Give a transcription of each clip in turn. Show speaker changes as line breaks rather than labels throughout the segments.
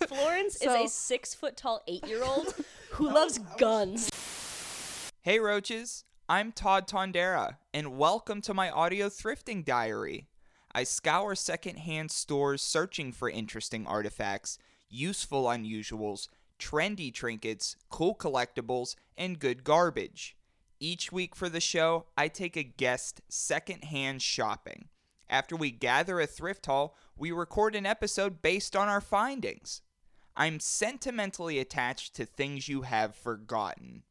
So-
is a six foot tall eight year old who loves guns.
Hey Roaches, I'm Todd Tondera, and welcome to my audio thrifting diary. I scour secondhand stores searching for interesting artifacts, useful unusuals, trendy trinkets, cool collectibles, and good garbage. Each week for the show, I take a guest secondhand shopping. After we gather a thrift haul, we record an episode based on our findings. I'm sentimentally attached to things you have forgotten.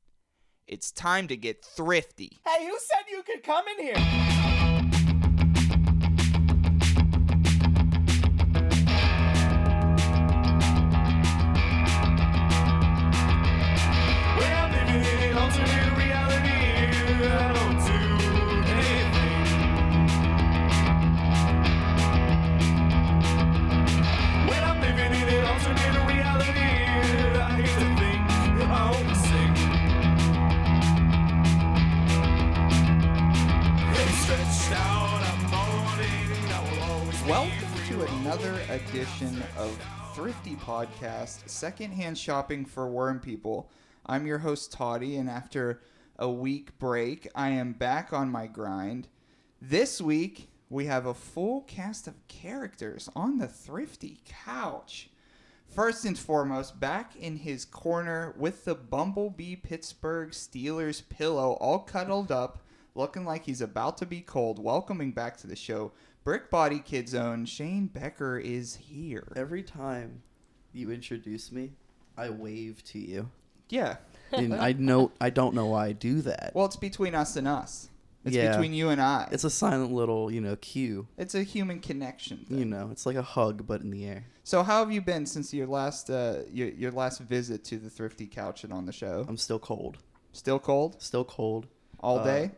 It's time to get thrifty.
Hey, who said you could come in here?
We're living in an alternate reality. I don't do anything. When I'm living in an alternate reality, I hate to think I'm sick. It's stretched out. I'm mourning. I will always be
Welcome to
free.
another edition of Thrifty Podcast, secondhand shopping for worm people. I'm your host, Toddy, and after a week break, I am back on my grind. This week, we have a full cast of characters on the Thrifty couch. First and foremost, back in his corner with the Bumblebee Pittsburgh Steelers pillow all cuddled up, looking like he's about to be cold. Welcoming back to the show, Brick Body Kids Own Shane Becker is here.
Every time you introduce me, I wave to you.
Yeah.
And I know I don't know why I do that.
Well, it's between us and us. It's
Yeah.
between you and I. It's,
it's a silent little, you know, cue.
a human connection. Thing.
You know, it's like a hug but in the air.
So, how have you been since your last uh, your, your last visit to the Thrifty Couch and on the show?
I'm still cold.
Still cold
Still cold.
all
Uh,
day.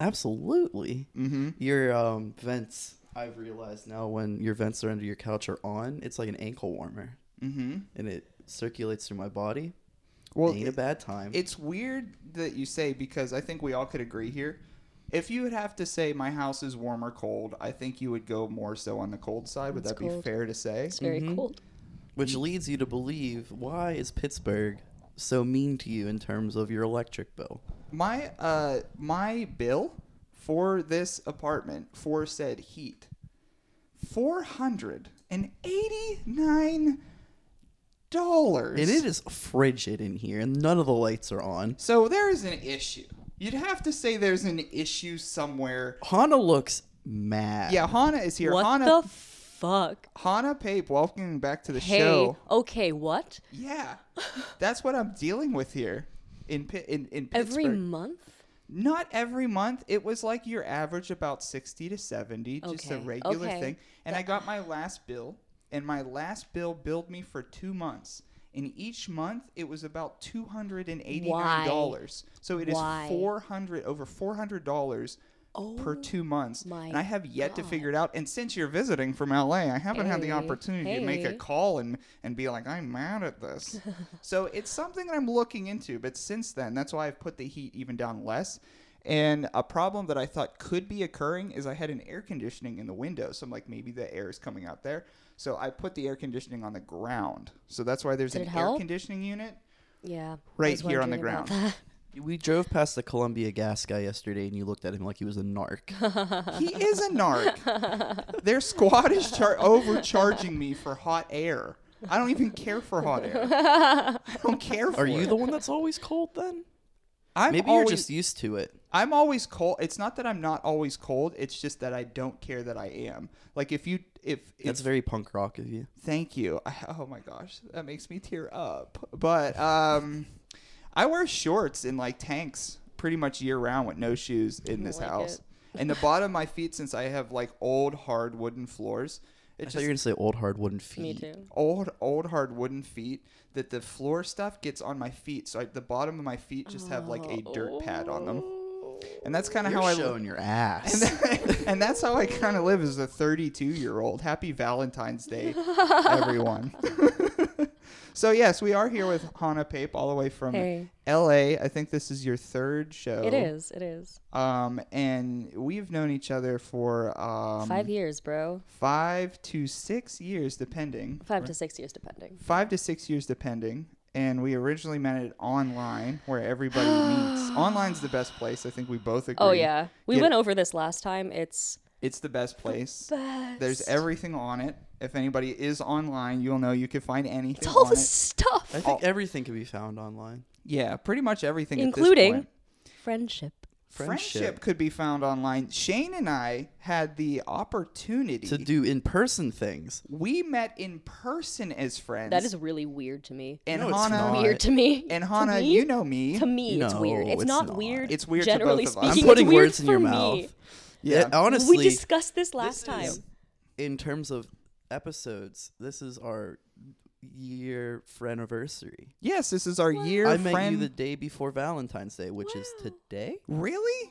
Absolutely.
Mm-hmm.
Your um vents I've realized now when your vents that are under your couch are on, it's like an ankle warmer
Mm-hmm.
and it circulates through my body.
Well,
Ain't a bad time.
It's weird that you say because I think we all could agree here. If you would have to say my house is warm or cold, I think you would go more so on the cold side. Would
It's
that be
cold.
fair to say?
It's very
Mhm.
cold.
Which leads you to believe why is Pittsburgh so mean to you in terms of your electric bill?
My uh my bill for this apartment for said heat four hundred and eighty nine dollars.
And it is frigid in here, and none of the lights are on.
so there is an issue. You'd have to say there's an issue somewhere.
Hana looks mad.
Yeah, Hana is here.
What
Hana
the fuck?
Hana Pape, welcome back to the
Hey,
show.
okay, what?
Yeah, that's what I'm dealing with here in Pi- in in
Every
Pittsburgh.
month?
Not every month. It was like your average about sixty to seventy, just a
Okay,
regular
okay.
thing. And I got my last bill, and my last bill billed me for two months. And each month it was about two hundred and eighty nine dollars. So it is
Why? Oh
four hundred over four hundred dollars. per two months,
my
and I have yet to figure it out. And since you're visiting from LA, I haven't had the
Hey,
opportunity to make a
hey.
call and and be like, I'm mad at this. so it's something that I'm looking into. But since then, that's why I've put the heat even down less. And a problem that I thought could be occurring is I had an air conditioning in the window, so I'm like, maybe the air is coming out there. So I put the air conditioning on the ground. So that's why there's
Did
an
it
air
help?
conditioning unit.
Yeah. I
Right
was
here on the
wondering about
ground.
that.
We drove past the Columbia gas guy yesterday, and you looked at him like he was a narc.
He is a narc. Their squad is char- overcharging me for hot air. I don't even care for hot air. I don't care for
are you
it.
the one that's always cold then?
I'm
Maybe
always,
you're just used to it.
I'm always cold. It's not that I'm not always cold. It's just that I don't care that I am. Like if you if, if
That's very punk rock of you.
Thank you. I, oh my gosh, that makes me tear up. But um, I wear shorts and like tanks pretty much year round with no shoes in this
like
house.
it.
And the bottom of my feet, since I have like old hard wooden floors,
I
it's
thought
just
you were gonna say old hard wooden feet.
Me too.
old old hard wooden feet that the floor stuff gets on my feet. So I, the bottom of my feet just have like a dirt pad on them. And that's kind of
You're
how I live.
showing your ass.
and that's how I kind of live as a 32 year old. Happy Valentine's Day, everyone. So yes, we are here with Hannah Pape all the way from
Hey.
LA. I think this is your third show.
It is. It is.
Um, and we've known each other for um,
Five years, bro.
five to six years, depending.
Five to six years, depending.
Five to six years, depending. And we originally met it online, where everybody meets. Online's the best place. I think we both agree.
Oh yeah, we
Yeah.
went over this last time. It's
It's the best place. There's everything on it. If anybody is online, you'll know you can find anything.
it's all
on
the
it.
stuff,
I think everything can be found online.
Yeah, pretty much everything, at this
including
point.
friendship.
Friendship. could be found online. Shane and I had the opportunity
to do in person things.
We met in person as friends.
That is really weird to me.
and
No, it's
Hannah,
not.
Weird to me.
Uh, and
To
Hannah,
me?
you know me.
To me, it's
No,
weird. It's,
it's
not,
not.
weird.
It's weird to
Generally
both of us.
I'm
speaking,
putting
it's weird
words in your
for me.
mouth.
Yeah.
Yeah, honestly,
we discussed this last time.
is- in terms of episodes, this is our year friendiversary.
yes, this is our year
I met
friend.
you the day before Valentine's Day, which is today.
really?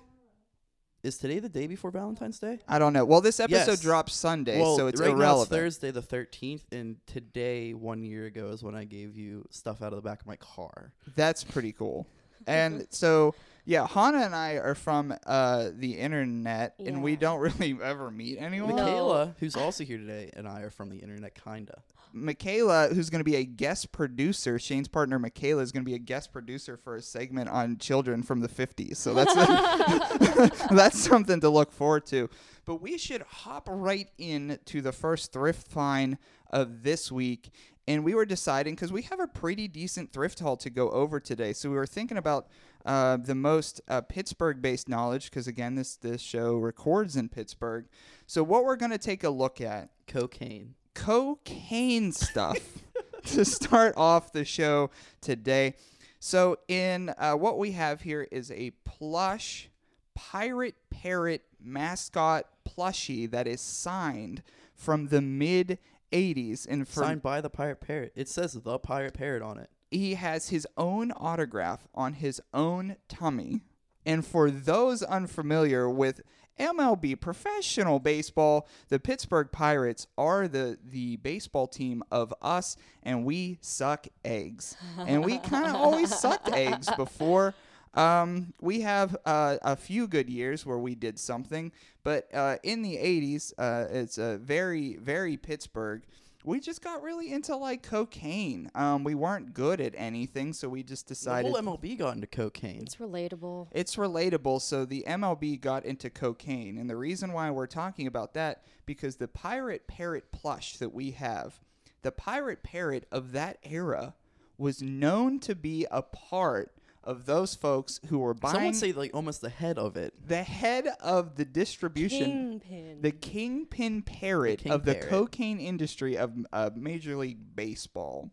Is today the day before Valentine's Day?
I don't know. Well, this episode
Yes.
drops Sunday,
well,
so it's
right now it's
irrelevant.
Thursday the thirteenth, and today one year ago is when I gave you stuff out of the back of my car.
That's pretty cool. And so, yeah, Hannah and I are from uh, the internet, and we
Yeah.
don't really ever meet anyone.
No.
Michaela, who's also here today, and I are from the internet, kinda.
Michaela, who's going to be a guest producer, Shane's partner Michaela is going to be a guest producer for a segment on children from the 50s. So that's that's something to look forward to. But we should hop right in to the first thrift find of this week. And we were deciding because we have a pretty decent thrift haul to go over today. So we were thinking about uh, the most uh, Pittsburgh based knowledge because, again, this, this show records in Pittsburgh. So, what we're going to take a look at
Cocaine.
cocaine stuff to start off the show today. So, in uh, what we have here is a plush pirate parrot mascot plushie that is signed from the mid 80s. And for
Signed by the Pirate Parrot. It says the Pirate Parrot on it.
he has his own autograph on his own tummy. And for those unfamiliar with MLB professional baseball, the Pittsburgh Pirates are the the baseball team of us and we suck eggs. And we kind of always sucked eggs before. Um, we have uh, a few good years where we did something, but uh, in the 80s, uh, it's a very, very Pittsburgh we just got really into like cocaine. Um, we weren't good at anything, so we just
The
decided
whole MLB got into cocaine.
It's relatable.
it's relatable. So the MLB got into cocaine, and the reason why we're talking about that because the pirate parrot plush that we have, the pirate parrot of that era, was known to be a part of those folks who were buying
Someone say like almost the head of it.
the head of the distribution.
Kingpin.
The kingpin parrot
king
of the
parrot.
cocaine industry of uh, Major League Baseball.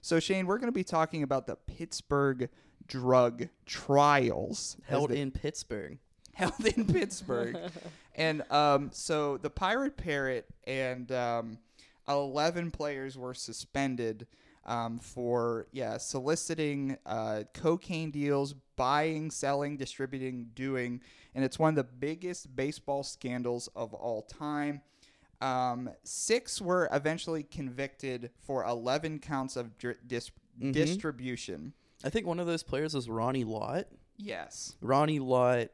So, Shane, we're going to be talking about the Pittsburgh drug trials as
Held
they-
in Pittsburgh.
held in Pittsburgh. and um, so the Pirate Parrot and um, 11 players were suspended um, for, yeah, soliciting uh, cocaine deals, buying, selling, distributing, doing. And it's one of the biggest baseball scandals of all time. Um, six were eventually convicted for 11 counts of dri- dis- distribution.
I think one of those players was Ronnie Lott.
Yes.
Ronnie Lott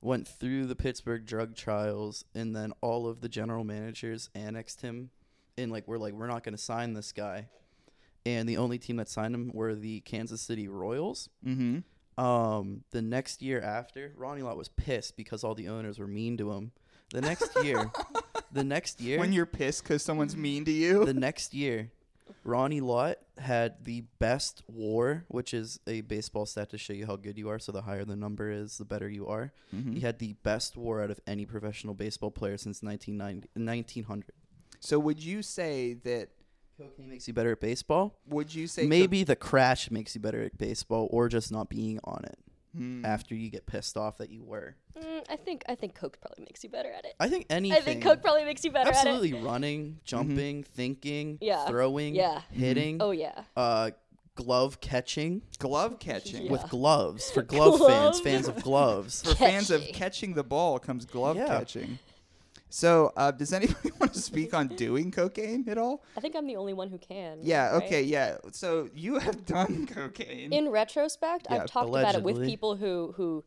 went through the Pittsburgh drug trials, and then all of the general managers annexed him, and like we're like we're not going to sign this guy, and the only team that signed him were the Kansas City Royals.
Mm-hmm.
Um, the next year after, Ronnie Lott was pissed because all the owners were mean to him. The next year, the next year,
When you're pissed because someone's mean to you.
the next year, Ronnie Lott had the best WAR, which is a baseball stat to show you how good you are. So the higher the number is, the better you are. He had the best WAR out of any professional baseball player since 1990, 1900.
So would you say that?
Cocaine makes you better at baseball.
Would you say co-
Maybe the crash makes you better at baseball, or just not being on it after you get pissed off that you were.
Mm, I think I think Coke probably makes you better at it.
I think anything.
I think Coke probably makes you better
absolutely
at it.
running, jumping, thinking,
Yeah.
throwing,
Yeah.
hitting,
Oh yeah.
uh, glove catching.
glove catching?
with gloves for glove
Gloves.
fans, fans of gloves.
For fans of
Catchy.
catching the ball comes glove
Yeah.
catching. So, uh, does anybody want to speak on doing cocaine at all?
I think I'm the only one who can.
Yeah.
right?
Okay. Yeah. So you have done cocaine.
In retrospect,
Yeah,
I've talked about it with
allegedly.
people who who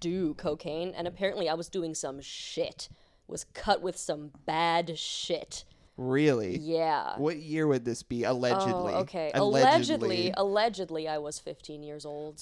do cocaine, and apparently I was doing some shit. Was cut with some bad shit.
really?
Yeah.
What year would this be? Allegedly.
Oh, okay. Allegedly, allegedly, I was 15 years old.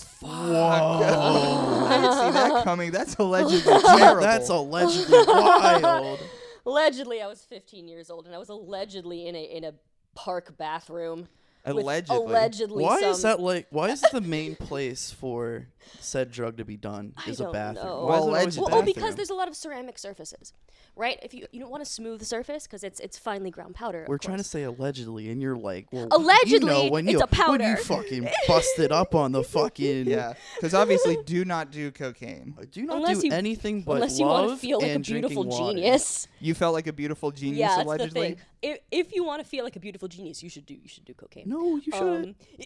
Oh, I didn't see that coming. That's allegedly terrible.
That's allegedly wild.
Allegedly, I was 15 years old, and I was allegedly in a in a park bathroom. with
Allegedly.
allegedly.
Why
some,
is that like? Why is it the main place for said drug to be done?
I
Is a
don't
bathroom.
know.
Why is it always a
Well, oh,
bathroom?
because there's a lot of ceramic surfaces, right? If you you don't want a smooth surface because it's it's finely ground powder. of
We're trying to
course.
say allegedly, and you're like, well, you know,
Allegedly,
when
it's
you,
a
When you
powder.
fucking busted up on the fucking
Yeah. Because obviously, do not do cocaine.
Do not
Unless
do
you-
anything but
unless you
love
want to feel like a
and drinking
beautiful
water.
genius.
You felt like a beautiful genius,
yeah, that's
allegedly.
the thing. If, if you want to feel like a beautiful genius, you should do you should do cocaine.
No, you shouldn't.
Um, uh,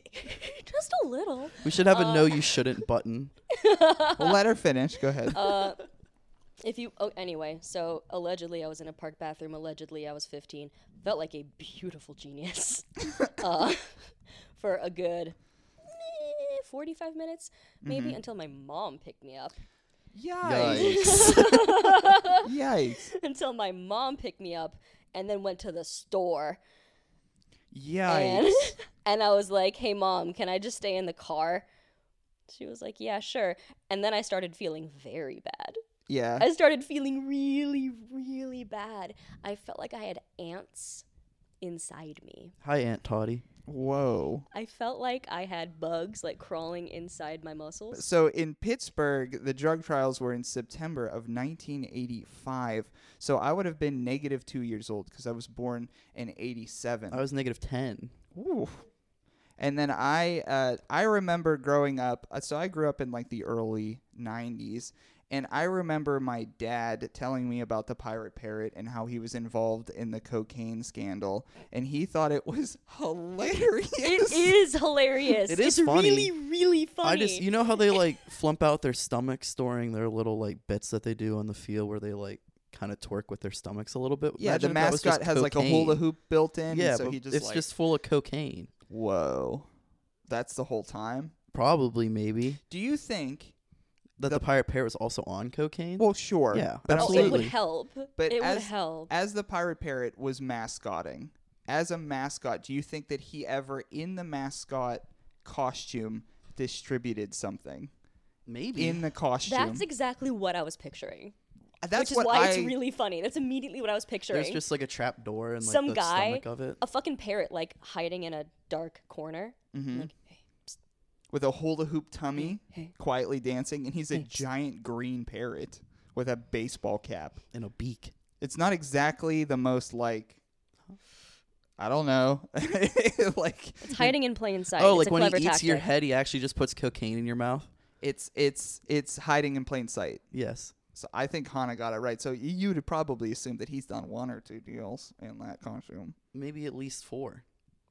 just a little.
we should have a no, you shouldn't button.
Well, let her finish. Go ahead.
If you oh, anyway, so allegedly I was in a park bathroom. Allegedly I was 15. Felt like a beautiful genius uh, for a good eh, 45 minutes, maybe until my mom picked me up.
Yikes. Yikes.
until my mom picked me up and then went to the store and
Yikes.
and I was like, "Hey mom, can I just stay in the car?" She was like, "Yeah, sure." And then I started feeling very bad.
Yeah.
I started feeling really really bad. I felt like I had ants inside me.
Hi, Aunt Toddy.
Whoa.
I felt like I had bugs like crawling inside my muscles.
So in Pittsburgh, the drug trials were in September of 1985. So I would have been negative two years old because I was born in 87.
I was negative ten.
Ooh. And then I uh, I remember growing up. uh, So I grew up in like the early '90s, and I remember my dad telling me about the pirate parrot and how he was involved in the cocaine scandal, and he thought it was hilarious.
It is hilarious.
It is
It's
funny.
really really funny.
I just, you know how they like flump out their stomachs during their little like bits that they do on the field where they like kind of twerk with their stomachs a little bit.
yeah, the
Imagine if that was just
mascot has like a hula
cocaine.
hoop built in.
Yeah,
and so
but
he just
it's
like,
just full of cocaine.
whoa, that's the whole time.
Probably, maybe
Do you think?
that the, pirate pair was also on cocaine.
Well, sure.
Yeah,
but I don't
Well,
think-
Oh, it would
absolutely.
help.
But
it
as,
would help.
As the pirate parrot was mascotting, as a mascot, do you think that he ever, in the mascot costume, distributed something
maybe
in the costume?
That's exactly what I was picturing.
That's
which is
what
why
I,
it's really funny. That's immediately what I was picturing.
there's just like a trap door and like
Some
the
guy,
stomach of it.
a fucking parrot, like hiding in a dark corner.
Mm-hmm.
Like, hey, psst,
with a hula hoop tummy,
Hey.
quietly dancing, and he's a giant green parrot with a baseball cap.
in a beak.
It's not exactly the most like. I don't know. like
it's hiding in plain sight.
Oh,
It's
like
a
when he
clever
eats your
tactic.
head, he actually just puts cocaine in your mouth.
it's it's it's hiding in plain sight.
Yes.
So I think Hana got it right. So y- you would probably assume that he's done one or two deals in that costume.
Maybe at least four.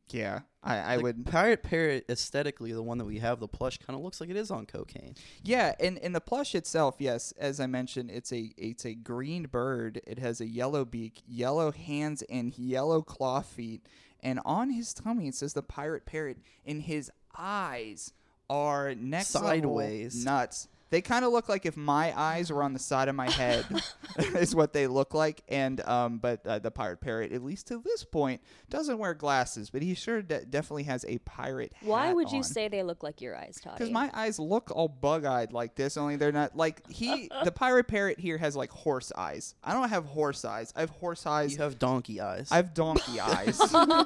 Yeah, I, I
Like,
would.
pirate parrot aesthetically, the one that we have, the plush kind of looks like it is on cocaine.
Yeah, and in the plush itself, yes, as I mentioned, it's a it's a green bird. It has a yellow beak, yellow hands, and yellow claw feet. And on his tummy, it says the pirate parrot. And his eyes are next level
Sideways.
nuts. They kind of look like if my eyes were on the side of my head, is what they look like. And um, but uh, the pirate parrot, at least to this point, doesn't wear glasses, but he sure de- definitely has a pirate.
Why
hat
would you
on.
say they look like your eyes, Todd?
Because my eyes look all bug-eyed like this, only they're not like he. the pirate parrot here has like horse eyes. I don't have horse eyes. I have horse eyes.
You have donkey eyes.
I have donkey eyes.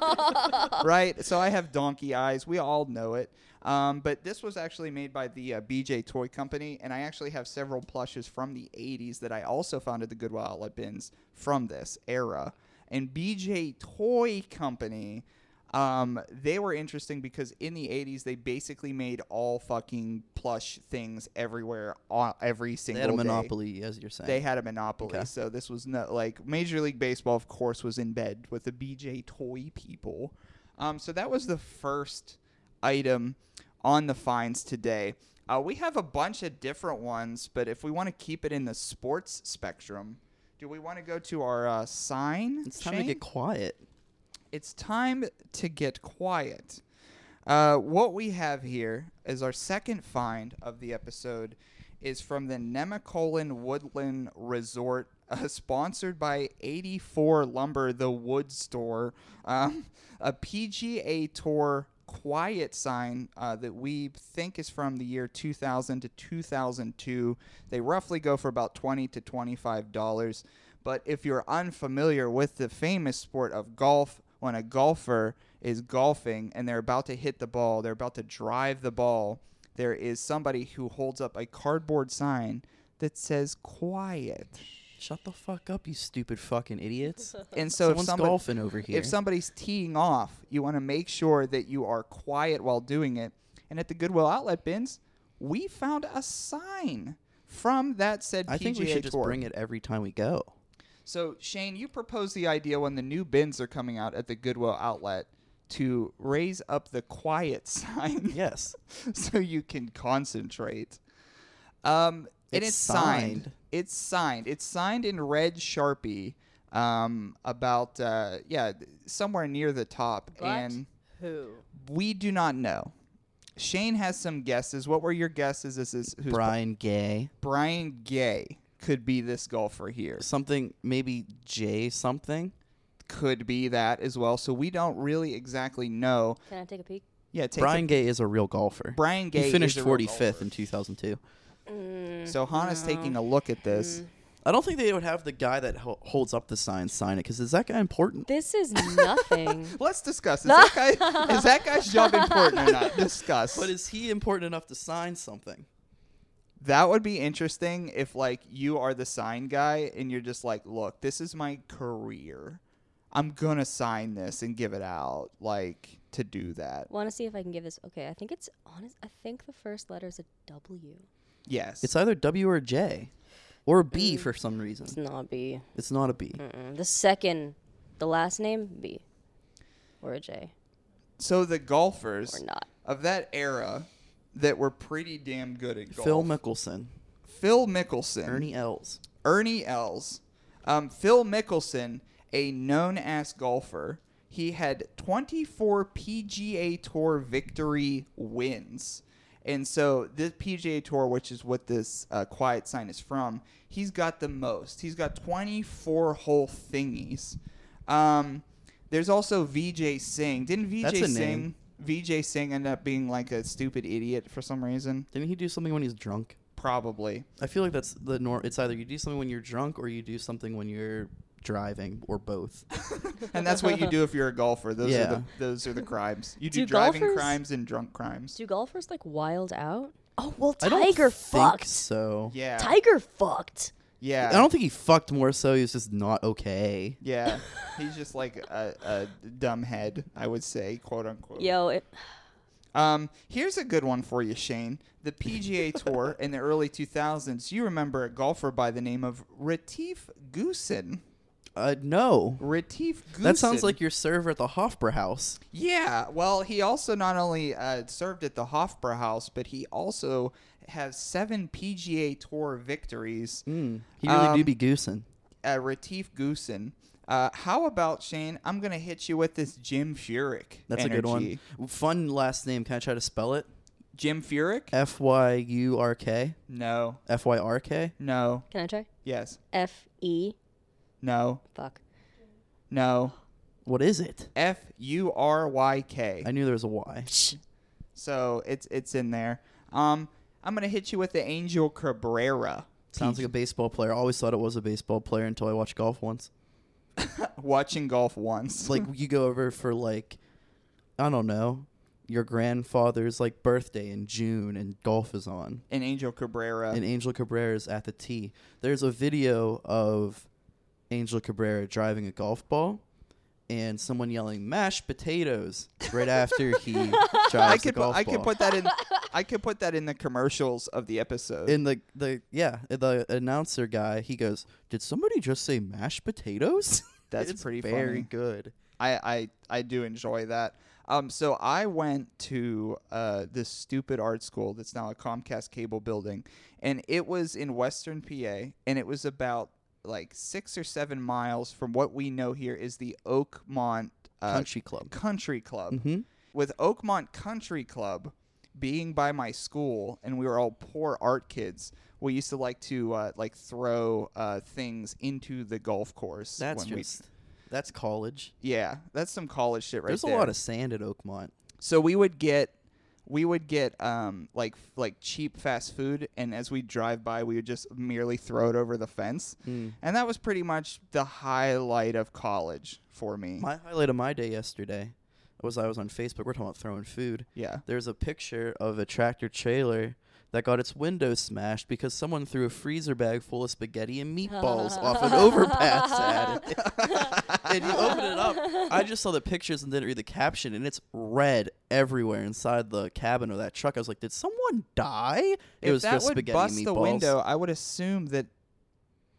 right. So I have donkey eyes. We all know it. Um, but this was actually made by the uh, BJ Toy Company, and I actually have several plushes from the '80s that I also found at the Goodwill outlet bins from this era. And BJ Toy Company um, they were interesting because in the 80s they basically made all fucking plush things everywhere on every
they
single
had a
day.
monopoly, as you're saying.
They had a monopoly,
Okay.
so this was no like Major League Baseball, of course, was in bed with the BJ Toy people. Um, so that was the first item on the finds today. Uh, we have a bunch of different ones, but if we want to keep it in the sports spectrum, Do we want to go to our uh, sign?
It's time to
Shane?
get quiet.
it's time to get quiet. Uh, what we have here is our second find of the episode is from the Nemacolin Woodland Resort, uh, sponsored by 84 Lumber, the wood store, um, a PGA Tour quiet sign uh, that we think is from the year 2000 to 2002. They roughly go for about 20 to 25 dollars. But if you're unfamiliar with the famous sport of golf, when a golfer is golfing and they're about to hit the ball, they're about to drive the ball, there is somebody who holds up a cardboard sign that says quiet.
Shut the fuck up, you stupid fucking idiots.
And so if
Someone's
somebody,
golfing over here.
if somebody's teeing off, you want to make sure that you are quiet while doing it. And at the Goodwill outlet bins, we found a sign from that said PGA
I think we should just
Tour.
bring it every time we go.
So Shane, you proposed the idea when the new bins are coming out at the Goodwill outlet to raise up the quiet sign
Yes.
so you can concentrate. Um, and
It's
it's signed.
signed.
It's signed. It's signed in red Sharpie. Um, about uh, yeah, somewhere near the top,
But
and
who?
we do not know. Shane has some guesses. What were your guesses? This is who's
Brian Gay.
Brian Gay could be this golfer here.
Something maybe Jay something.
could be that as well. So we don't really exactly know.
Can I take a peek?
Yeah, take
Brian Gay is a real golfer.
Brian Gay
He finished
is a real
45th in 2002.
a- so Hana's taking a look at this.
I don't think they would have the guy that ho- holds up the sign sign it because is that guy important?
This is nothing.
Let's discuss. Is that guy is that guy's job important or not? Discuss.
But is he important enough to sign something?
that would be interesting if like you are the sign guy and you're just like, look, this is my career. I'm gonna sign this and give it out, like to do that.
Want to see if I can give this? Okay, I think it's honest. I think the first letter is a W.
Yes.
It's either W or J, or a B
Mm.
for some reason.
It's not B.
It's not a B.
Mm, The second, the last name B, or a J,
so the golfers
or not.
of that era that were pretty damn good at golf.
Phil Mickelson,
Phil Mickelson.
Ernie Els.
Ernie Els, um, Phil Mickelson, a known ass golfer. He had 24 PGA Tour victory wins. And so this PGA Tour, which is what this uh, quiet sign is from, he's got the most. He's got 24 whole thingies. Um, there's also VJ Singh. Didn't VJ
That's a
Singh
name.
VJ Singh end up being like a stupid idiot for some reason?
Didn't he do something when he's drunk?
Probably.
I feel like that's the norm. It's either you do something when you're drunk or you do something when you're driving or both.
and that's what you do if you're a golfer. Those are
Yeah.
the those are the crimes. You do,
Do
driving
golfers-
crimes and drunk crimes.
Do golfers like wild out? Oh well,
I don't
Tiger
think
fucked.
so.
Yeah.
Tiger fucked.
yeah.
I don't think he fucked more so. He was just not okay.
yeah. He's just like a, a dumb head, I would say, quote unquote.
Yo, it,
Um, here's a good one for you, Shane. The PGA Tour in the early 2000s. You remember a golfer by the name of Retief Goosen.
Uh, no.
Retief Goosen.
That sounds like your server at the Hofbra House.
Yeah, well, he also not only uh, served at the Hofbra House, but he also has seven PGA Tour victories.
He really
Um,
do be goosing.
uh, Retief Goosen. Uh, how about Shane? I'm gonna hit you with this Jim Furyk.
That's a good
energy.
one. Fun last name. Can I try to spell it?
Jim Furyk?
F Y U R K.
No,
F Y R K.
no,
can I try?
yes,
F E.
no,
Fuck.
no.
What is it?
F U R Y K.
I knew there was a Y.
So it's it's in there. Um, I'm gonna hit you with the Angel Cabrera.
Sounds like a baseball player. I always thought it was a baseball player until I watched golf once.
Watching golf once.
It's like you go over for like, I don't know, your grandfather's like birthday in June and golf is on.
an Angel Cabrera.
and Angel Cabrera is at the tee. There's a video of Angel Cabrera driving a golf ball and someone yelling mashed potatoes right after he drives
I
the
could pu-
golf
I
ball.
could put that in I could put that in the commercials of the episode.
and the the yeah, the announcer guy, he goes, "Did somebody just say mashed potatoes?"
That's
It's
pretty
very
funny.
good.
I, I I do enjoy that. Um, so I went to uh, this stupid art school that's now a Comcast cable building, and it was in Western PA, and it was about like six or seven miles from what we know here is the Oakmont uh,
Country Club. Mm-hmm.
Country Club. With Oakmont Country Club being by my school, and we were all poor art kids. We used to like to uh, like throw uh, things into the golf course.
That's
when we-
just that's college.
yeah, that's some college shit right
There's
there.
a lot of sand at Oakmont.
so we would get we would get um like like cheap fast food and as we drive by we would just merely throw it over the fence
Hmm.
and that was pretty much the highlight of college for me
My highlight of my day yesterday was I was on Facebook. We're talking about throwing food.
yeah
There's a picture of a tractor trailer that got its window smashed because someone threw a freezer bag full of spaghetti and meatballs off an overpass at it. and you open it up. I just saw the pictures and didn't read the caption, and it's red everywhere inside the cabin of that truck. I was like, did someone die? It
if
was
that
just
would
spaghetti
bust
and meatballs.
the window i would assume that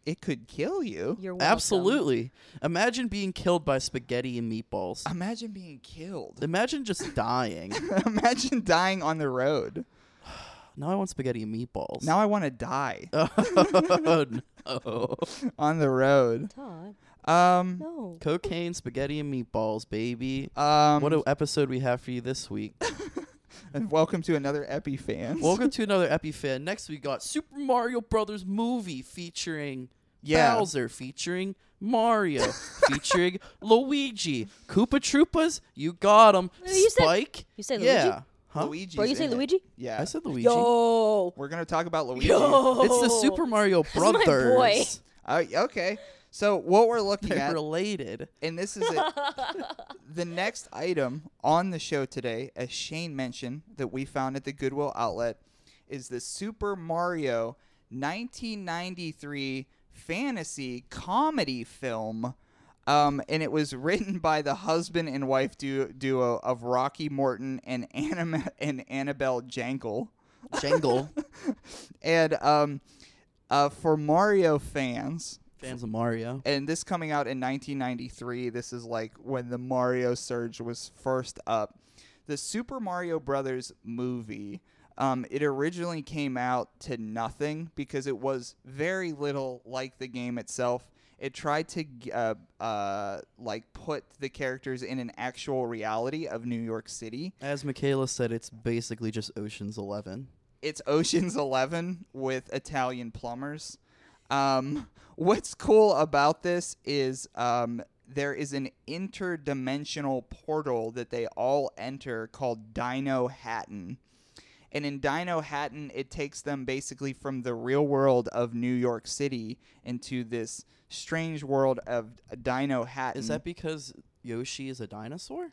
it could kill you
You're welcome.
Absolutely. Imagine being killed by spaghetti and meatballs.
imagine being killed
Imagine just dying.
imagine dying on the road
now I want spaghetti and meatballs.
now i want to die
oh, no.
on the road
Todd,
um
no.
Cocaine, spaghetti, and meatballs, baby.
um
what a episode we have for you this week.
and welcome to another epifan
Welcome to another EpiFan. Next we got Super Mario Brothers movie featuring
Yeah.
Bowser, featuring Mario, featuring Luigi, Koopa Troopas. You got him.
Uh, you said-
Spike.
you said
yeah.
Luigi?
Huh?
Luigi's
Bro, you say
in it.
Luigi?
Yeah.
I said Luigi.
Yo.
We're going to talk about Luigi.
Yo.
It's the Super Mario
my
Brothers.
boy.
Uh, okay. So what we're looking
They're
at,
related.
and this is it. the next item on the show today, as Shane mentioned, that we found at the Goodwill outlet, is the Super Mario 1993 fantasy comedy film. Um, and it was written by the husband and wife du- duo of Rocky Morton and, Anna- and Annabelle Jankel.
Jangle.
And um, uh, for Mario fans,
Fans of Mario.
and this coming out in 1993, this is like when the Mario surge was first up. The Super Mario Brothers movie, um, it originally came out to nothing because it was very little like the game itself. It tried to g- uh, uh, like put the characters in an actual reality of New York City.
As Michaela said, it's basically just Ocean's Eleven.
it's Ocean's Eleven with Italian plumbers. Um, what's cool about this is um, there is an interdimensional portal that they all enter called Dino Hatton. And in Dino Hatton, it takes them basically from the real world of New York City into this strange world of Dino Hatton.
Is that because Yoshi is a dinosaur?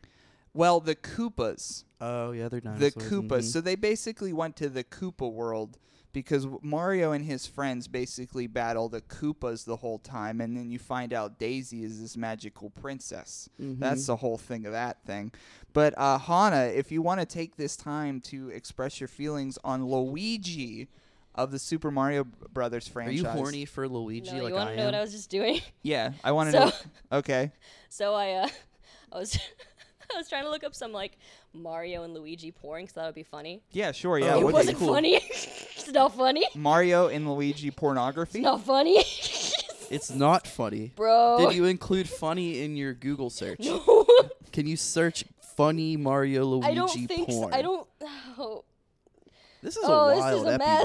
well, the Koopas.
Oh yeah, they're
the
dinosaurs. mm-hmm.
Koopas. So they basically went to the Koopa world because w- Mario and his friends basically battle the Koopas the whole time, and then you find out Daisy is this magical princess.
Mm-hmm.
That's the whole thing of that thing. But uh, Hana, if you want to take this time to express your feelings on Luigi of the Super Mario B- Brothers
Are
franchise,
you horny for Luigi
No,
like
you want to
I am?
know what I was just doing?
Yeah, I want to
So-
know. Okay,
So I, uh, I was, I was trying to look up some like Mario and Luigi porn because that would be funny.
yeah, sure, yeah.
It
it
Oh, it
would be
wasn't
cool.
funny. it's not funny.
Mario and Luigi pornography.
Not funny,
It's not funny.
bro.
Did you include funny in your Google search? Can you search funny Mario Luigi
I don't think. So.
porn?
I don't. Oh,
This is
oh,
a wild
this is a
epi,
mess.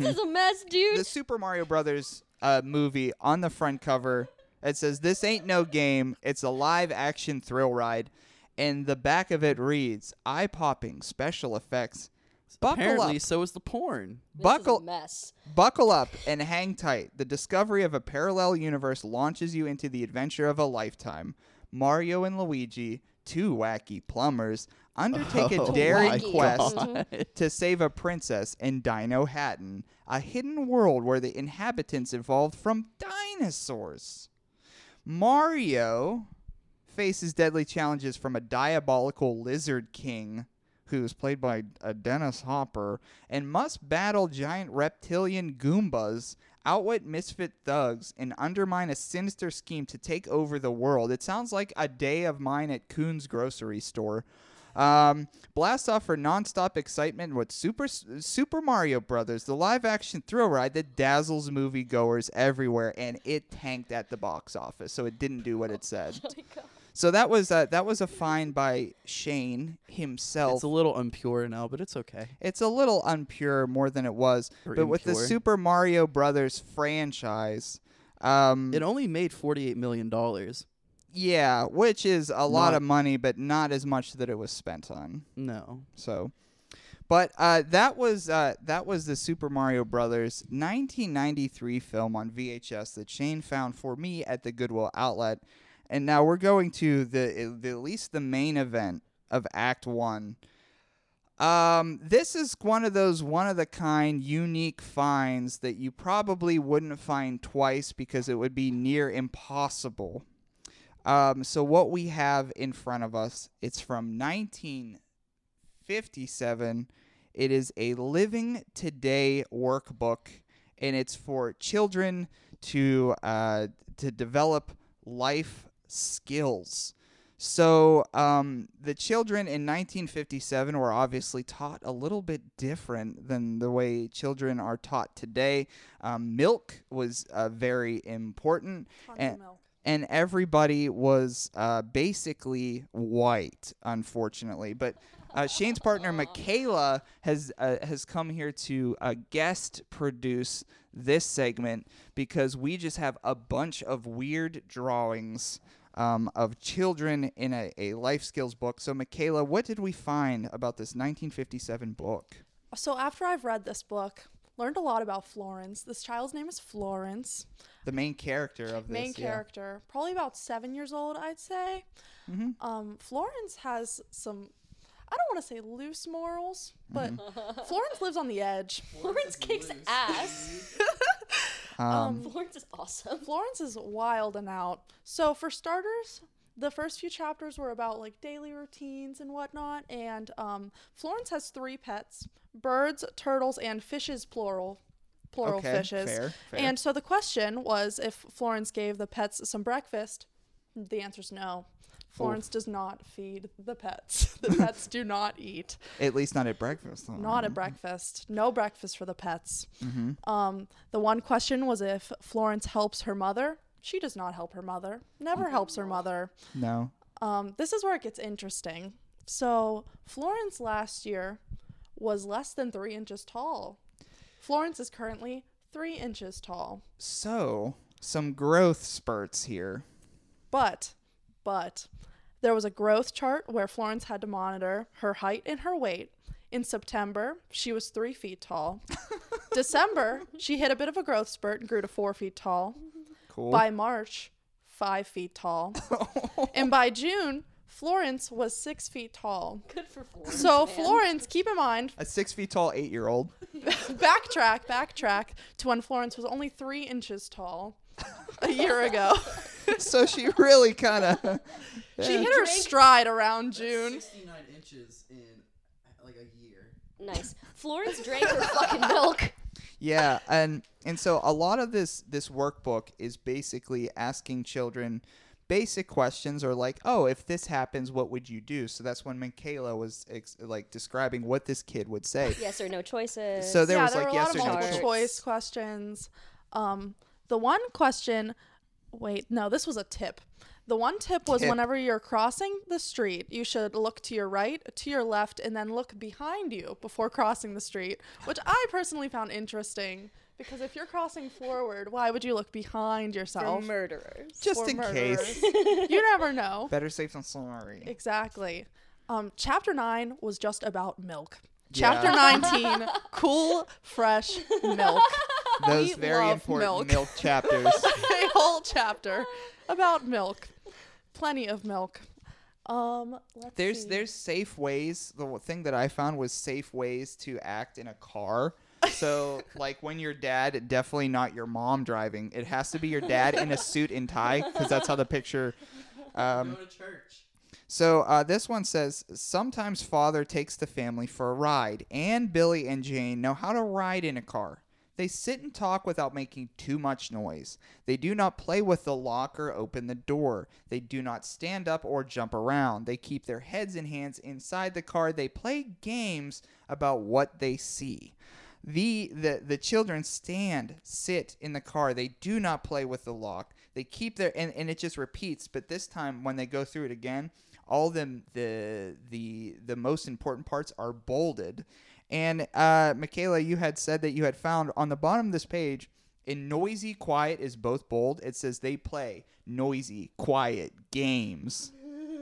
this is a mess, dude.
the Super Mario Brothers uh, movie on the front cover. It says, "This ain't no game. It's a live action thrill ride," and the back of it reads, "Eye popping special effects. Buckle
Apparently,
up,
so is the porn.
This is a
buckle,
mess.
buckle up, and hang tight. The discovery of a parallel universe launches you into the adventure of a lifetime. Mario and Luigi, two wacky plumbers, undertake a
Oh
daring
my
quest."
God.
to save a princess in Dino Hatton, a hidden world where the inhabitants evolved from dinosaurs. Mario faces deadly challenges from a diabolical lizard king who is played by uh, Dennis Hopper and must battle giant reptilian goombas, outwit misfit thugs, and undermine a sinister scheme to take over the world. It sounds like a day of mine at Coon's grocery store. Um, blast off for nonstop excitement with Super Super Mario Brothers, the live-action thrill ride that dazzles moviegoers everywhere, and it tanked at the box office, so it didn't do what it said. So that was uh, that was a find by Shane himself.
It's a little impure now, but it's okay.
It's a little unpure more than it was,
Or
but with the
impure.
Super Mario Brothers franchise, um,
It only made forty-eight million dollars.
yeah, which is a lot
Not-
of money, but not as much that it was spent on.
No,
So, but uh, that was uh, that was the Super Mario Brothers 1993 film on VHS that Shane found for me at the Goodwill outlet, and now we're going to the, the at least the main event of Act One. Um, this is one of those one of the kind unique finds that you probably wouldn't find twice because it would be near impossible. Um, so what we have in front of us, it's from 19- 57. It is a Living Today workbook, and it's for children to uh, to develop life skills. So um, the children in 1957 were obviously taught a little bit different than the way children are taught today. Um, milk was uh, very important, and, and everybody was uh, basically white, unfortunately. But uh, Shane's partner Michaela has uh, has come here to uh, guest produce this segment because we just have a bunch of weird drawings um, of children in a, a life skills book. So Michaela, what did we find about this 1957 book?
So after I've read this book, learned a lot about Florence. This child's name is Florence.
The main character of this
main
yeah.
character, probably about seven years old, I'd say. Um, Florence has some, I don't want to say loose morals, but Florence lives on the edge.
Florence kicks ass. Um, Florence is awesome.
Florence is wild and out. So, for starters, the first few chapters were about like daily routines and whatnot. And um, Florence has three pets birds, turtles, and fishes, plural. Plural
Okay,
fishes.
fair, fair.
And so the question was if Florence gave the pets some breakfast. The answer's no. Florence does not feed the pets. The pets do not eat.
At least not at breakfast. huh?
Not at breakfast. No breakfast for the pets. Um, the one question was if Florence helps her mother. She does not help her mother. Never helps her mother.
no.
Um, this is where it gets interesting. So Florence last year was less than three inches tall. Florence is currently three inches tall.
So some growth spurts here.
But, but, there was a growth chart where Florence had to monitor her height and her weight. In September, she was three feet tall. December, she hit a bit of a growth spurt and grew to four feet tall.
Cool.
By March, five feet tall. and by June, Florence was six feet tall.
Good for Florence.
So,
man.
Florence, keep in mind,
a six feet tall eight year old.
backtrack, backtrack to when Florence was only three inches tall a year ago.
so she really kind of.
she hit her stride around June.
Sixty-nine inches in like a year.
Nice. Florence drank her fucking milk.
Yeah, and and so a lot of this this workbook is basically asking children basic questions or like, "Oh, if this happens, what would you do?" So that's when Michaela was ex- like describing what this kid would say.
Yes or no choices.
So there
yeah,
was
there
like
were a lot
yes
of
or no.
multiple
choice.
choice questions. Um, the one question, wait, no, this was a tip. The one tip was
Tip.
whenever you're crossing the street, you should look to your right, to your left, and then look behind you before crossing the street, which I personally found interesting because if you're crossing forward, why would you look behind
for
yourself?
murderers.
Just
for
in case.
murderers? you never know.
Better safe than sorry.
Exactly. Um, chapter nine was just about milk. Chapter
Yeah.
19, cool, fresh milk.
Those
We
very
love
important milk,
milk.
chapters.
A whole chapter about milk. Plenty of milk. Um, let's
There's
see.
there's safe ways. The w- thing that I found was safe ways to act in a car. So like when your dad, definitely not your mom driving. It has to be your dad in a suit and tie because that's how the picture. Um,
Go to church.
so uh, this one says sometimes father takes the family for a ride, and Billy and Jane know how to ride in a car. They sit and talk without making too much noise. They do not play with the lock or open the door. They do not stand up or jump around. They keep their heads and hands inside the car. They play games about what they see. The, the the children stand, sit in the car. They do not play with the lock. They keep their and, and it just repeats, but this time when they go through it again, all the the the the most important parts are bolded. And uh, Michaela, you had said that you had found on the bottom of this page in noisy quiet is both bold. It says they play noisy quiet games.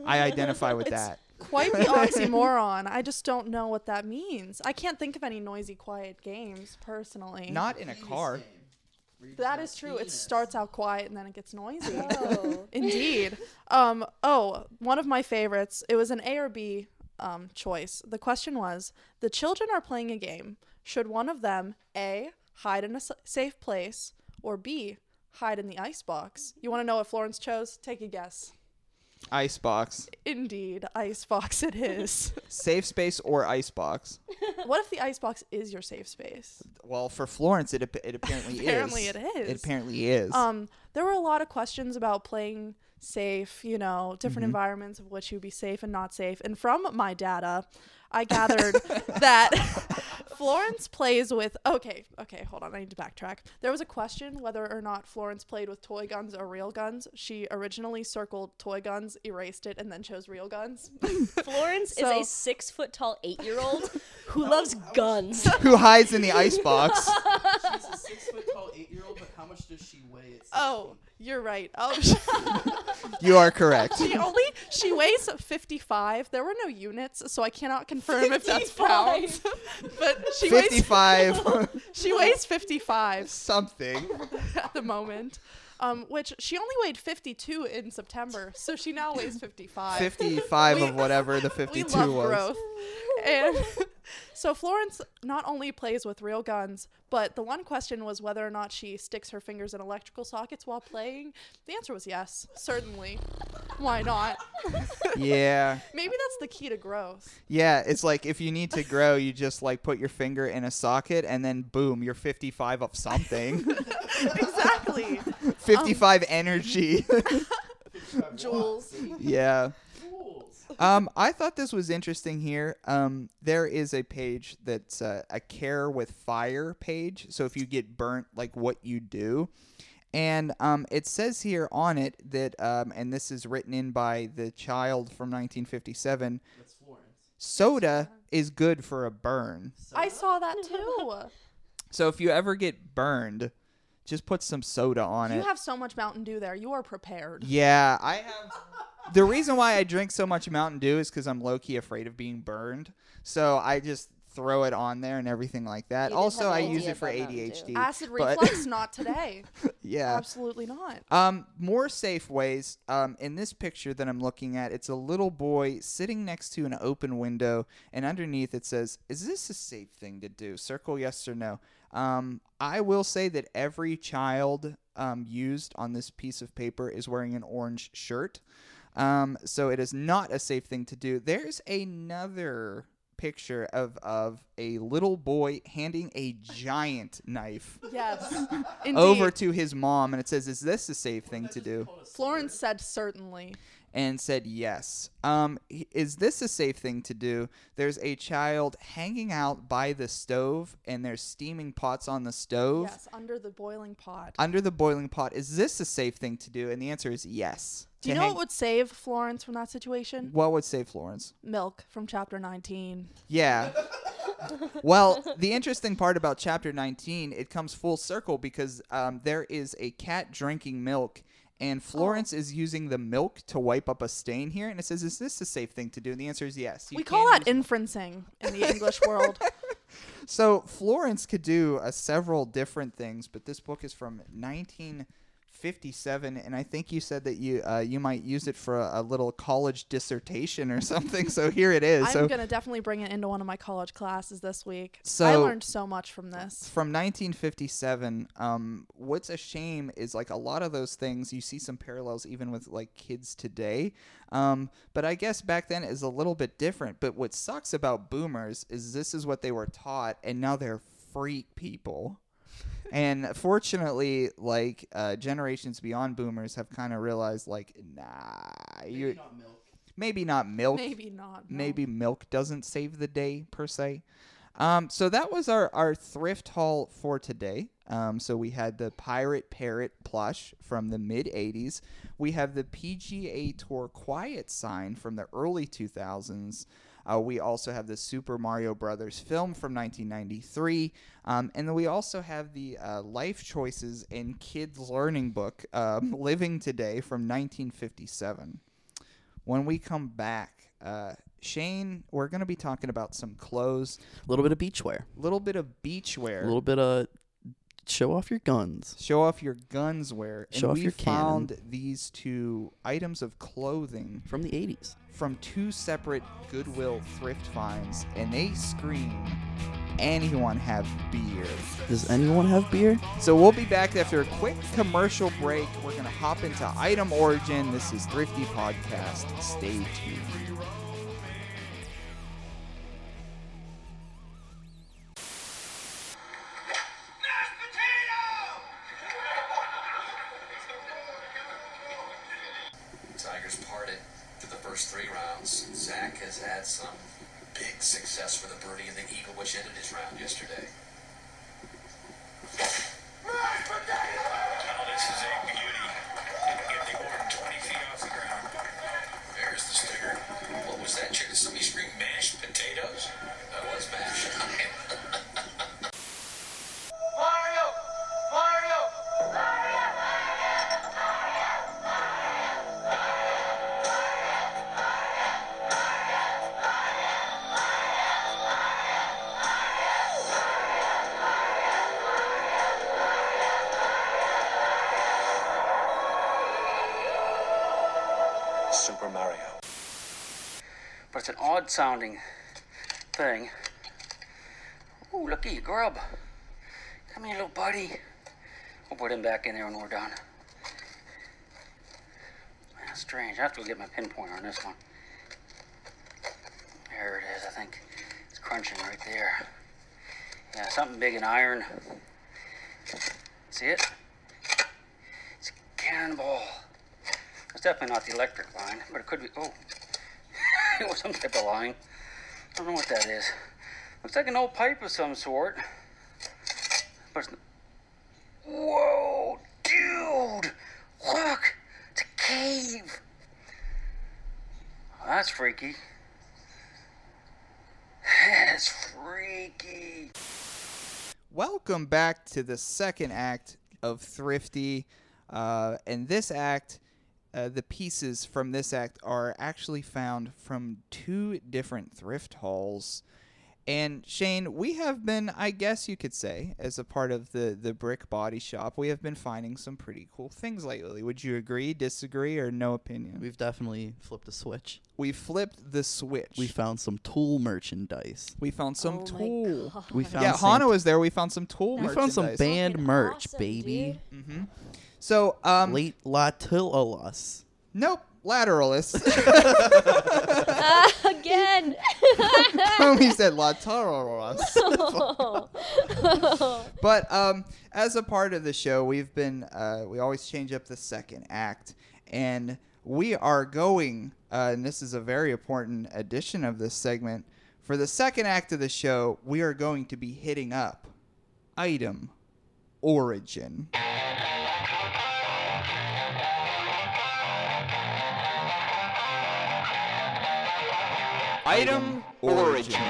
I identify with that.
Quite the oxymoron. I just don't know what that means. I can't think of any noisy, quiet games personally.
Not in a car.
that is true. It starts out quiet and then it gets noisy.
Oh.
Indeed. Um, oh, one of my favorites. It was an A or B um, choice. The question was the children are playing a game. Should one of them, A, hide in a s- safe place, or B, hide in the icebox? You want to know what Florence chose? Take a guess.
Icebox.
Indeed, icebox it is.
Safe space or icebox?
what if the icebox is your safe space?
Well, for Florence, it, ap- it apparently,
Apparently
is.
it is.
It apparently is.
Um, there were a lot of questions about playing safe, you know, different environments of which you'd be safe and not safe. And from my data, I gathered that Florence plays with. Okay, okay, hold on. I need to backtrack. There was a question whether or not Florence played with toy guns or real guns. She originally circled toy guns, erased it, and then chose real guns.
Florence
So-
is a six foot tall eight year old who loves guns.
Who hides in the icebox?
She's a six foot tall eight year old, but how much does she weigh? It's
oh, you're right. Oh,
you are correct.
she only she weighs 55 there were no units so i cannot confirm if that's pounds but she weighs
55
she weighs 55
something.
at the moment um, which she only weighed 52 in september so she now weighs 55
55
We-
of whatever the
we
52
love
was.
growth and so florence not only plays with real guns but the one question was whether or not she sticks her fingers in electrical sockets while playing the answer was yes certainly why not
Yeah.
maybe that's the key to growth
Yeah, it's like if you need to grow, you just like put your finger in a socket and then boom, you're 55 of something.
Um, exactly.
55 energy.
Jules.
yeah. Um, I thought this was interesting here. Um, there is a page that's uh, a care with fire page. So if you get burnt, like what you do. And um, it says here on it that, um, and this is written in by the child from 1957 soda is good for a burn.
I saw that too.
So if you ever get burned, just put some soda on
You
it.
have so much Mountain Dew there. You are prepared.
Yeah, I have. the reason why I drink so much Mountain Dew is because I'm low key afraid of being burned. So I just throw it on there and everything like that.
You did
also,
have
I
an
use
idea
it for
about Mountain Dew.
ADHD.
Acid
but-
reflux, not today.
yeah.
Absolutely not.
Um, more safe ways. Um, in this picture that I'm looking at, it's a little boy sitting next to an open window, and underneath it says, "Is this a safe thing to do?" Circle yes or no. Um, I will say that every child um, used on this piece of paper is wearing an orange shirt, um, so it is not a safe thing to do. There's another picture of of a little boy handing a giant knife
Yes. Indeed.
over to his mom and it says, Is this a safe thing to do?
Florence said certainly.
And said, Yes. Um, h- is this a safe thing to do? There's a child hanging out by the stove and there's steaming pots on the stove
Yes, under the boiling pot.
under the boiling pot. Is this a safe thing to do? And the answer is yes.
Do you
To
know
hang-
what would save Florence from that situation?
what would save Florence?
Milk from chapter 19.
Yeah. well, the interesting part about chapter 19, it comes full circle because um, there is a cat drinking milk, and
Oh.
Florence is using the milk to wipe up a stain here. And it says, Is this a safe thing to do? And the answer is yes. You
we call
can
that inferencing in the English world.
use- So Florence could do uh, several different things, but this book is from 1957, and I think you said that you uh, you might use it for a, a little college dissertation or something. So here it is.
I'm
so
going to definitely bring it into one of my college classes this week. I
So-
learned so much from this.
from 1957 um, what's a shame is like a lot of those things you see some parallels even with like kids today um, but i guess back then is a little bit different but what sucks about boomers is this is what they were taught and now they're freak people and fortunately, like uh, generations beyond boomers have kind of realized, like, nah, you maybe not milk,
Maybe not. no.
maybe milk doesn't save the day per se. Um, so that was our, our thrift haul for today. Um, so we had the Pirate Parrot plush from the mid 80s. We have the PGA Tour Quiet sign from the early 2000s. Uh, we also have the Super Mario Brothers film from 1993. Um, and then we also have the uh, Life Choices and Kids Learning book, um, Living Today from 1957 when we come back, uh, Shane, we're going to be talking about some clothes,
A little bit of beachwear.
a little bit of beachwear,
A little bit of show off your guns.
show off your guns wear.
Show off
we
your cannon.
found these two items of clothing
From the 80s.
from two separate Goodwill thrift finds, and they scream, anyone have beer?
Does anyone have beer?
So we'll be back after a quick commercial break. We're going to hop into item origin. This is Thrifty Podcast. Stay tuned.
Tigers parted through the first three rounds. Zach has had some big success for the birdie and the eagle, which ended his round yesterday. Now this is a beauty. Didn't get the board 20 feet off the ground. There's the sticker. What was that? Chicken? Somebody screamed mashed potatoes? That was mashed. Super Mario.
but it's an odd sounding thing. Ooh, look at you, grub. Come here, little buddy. We'll put him back in there when we're done. That's strange. I have to go get my pinpointer on this one. There it is, I think. It's crunching right there. Yeah, something big in iron. See it? It's a cannonball. It's definitely not the electric line, but it could be. Oh, it was some type of line. I don't know what that is. Looks like an old pipe of some sort. But it's... Whoa, dude! Look! It's a cave! Well, that's freaky. That's freaky.
Welcome back to the second act of Thrifty. Uh, and this act, uh, the pieces from this act are actually found from two different thrift hauls. And Shane, we have been, I guess you could say, as a part of the, the brick body shop, we have been finding some pretty cool things lately. Would you agree, disagree, or no opinion? We've,
We've definitely flipped a switch.
flipped the switch.
We found some tool merchandise.
we found some
oh
tool.
My God.
We found
Yeah,
some-
Hana was there. We found some tool
We found some
merchandise.
band
Fucking
merch,
awesome,
baby.
So, um,
Late Latilas.
Nope, lateralist.
Again.
he said lateralist. but um, as a part of the show, we've been uh, we always change up the second act, and we are going. Uh, and this is a very important addition of this segment. For the second act of the show, we are going to be hitting up item origin. Item origin.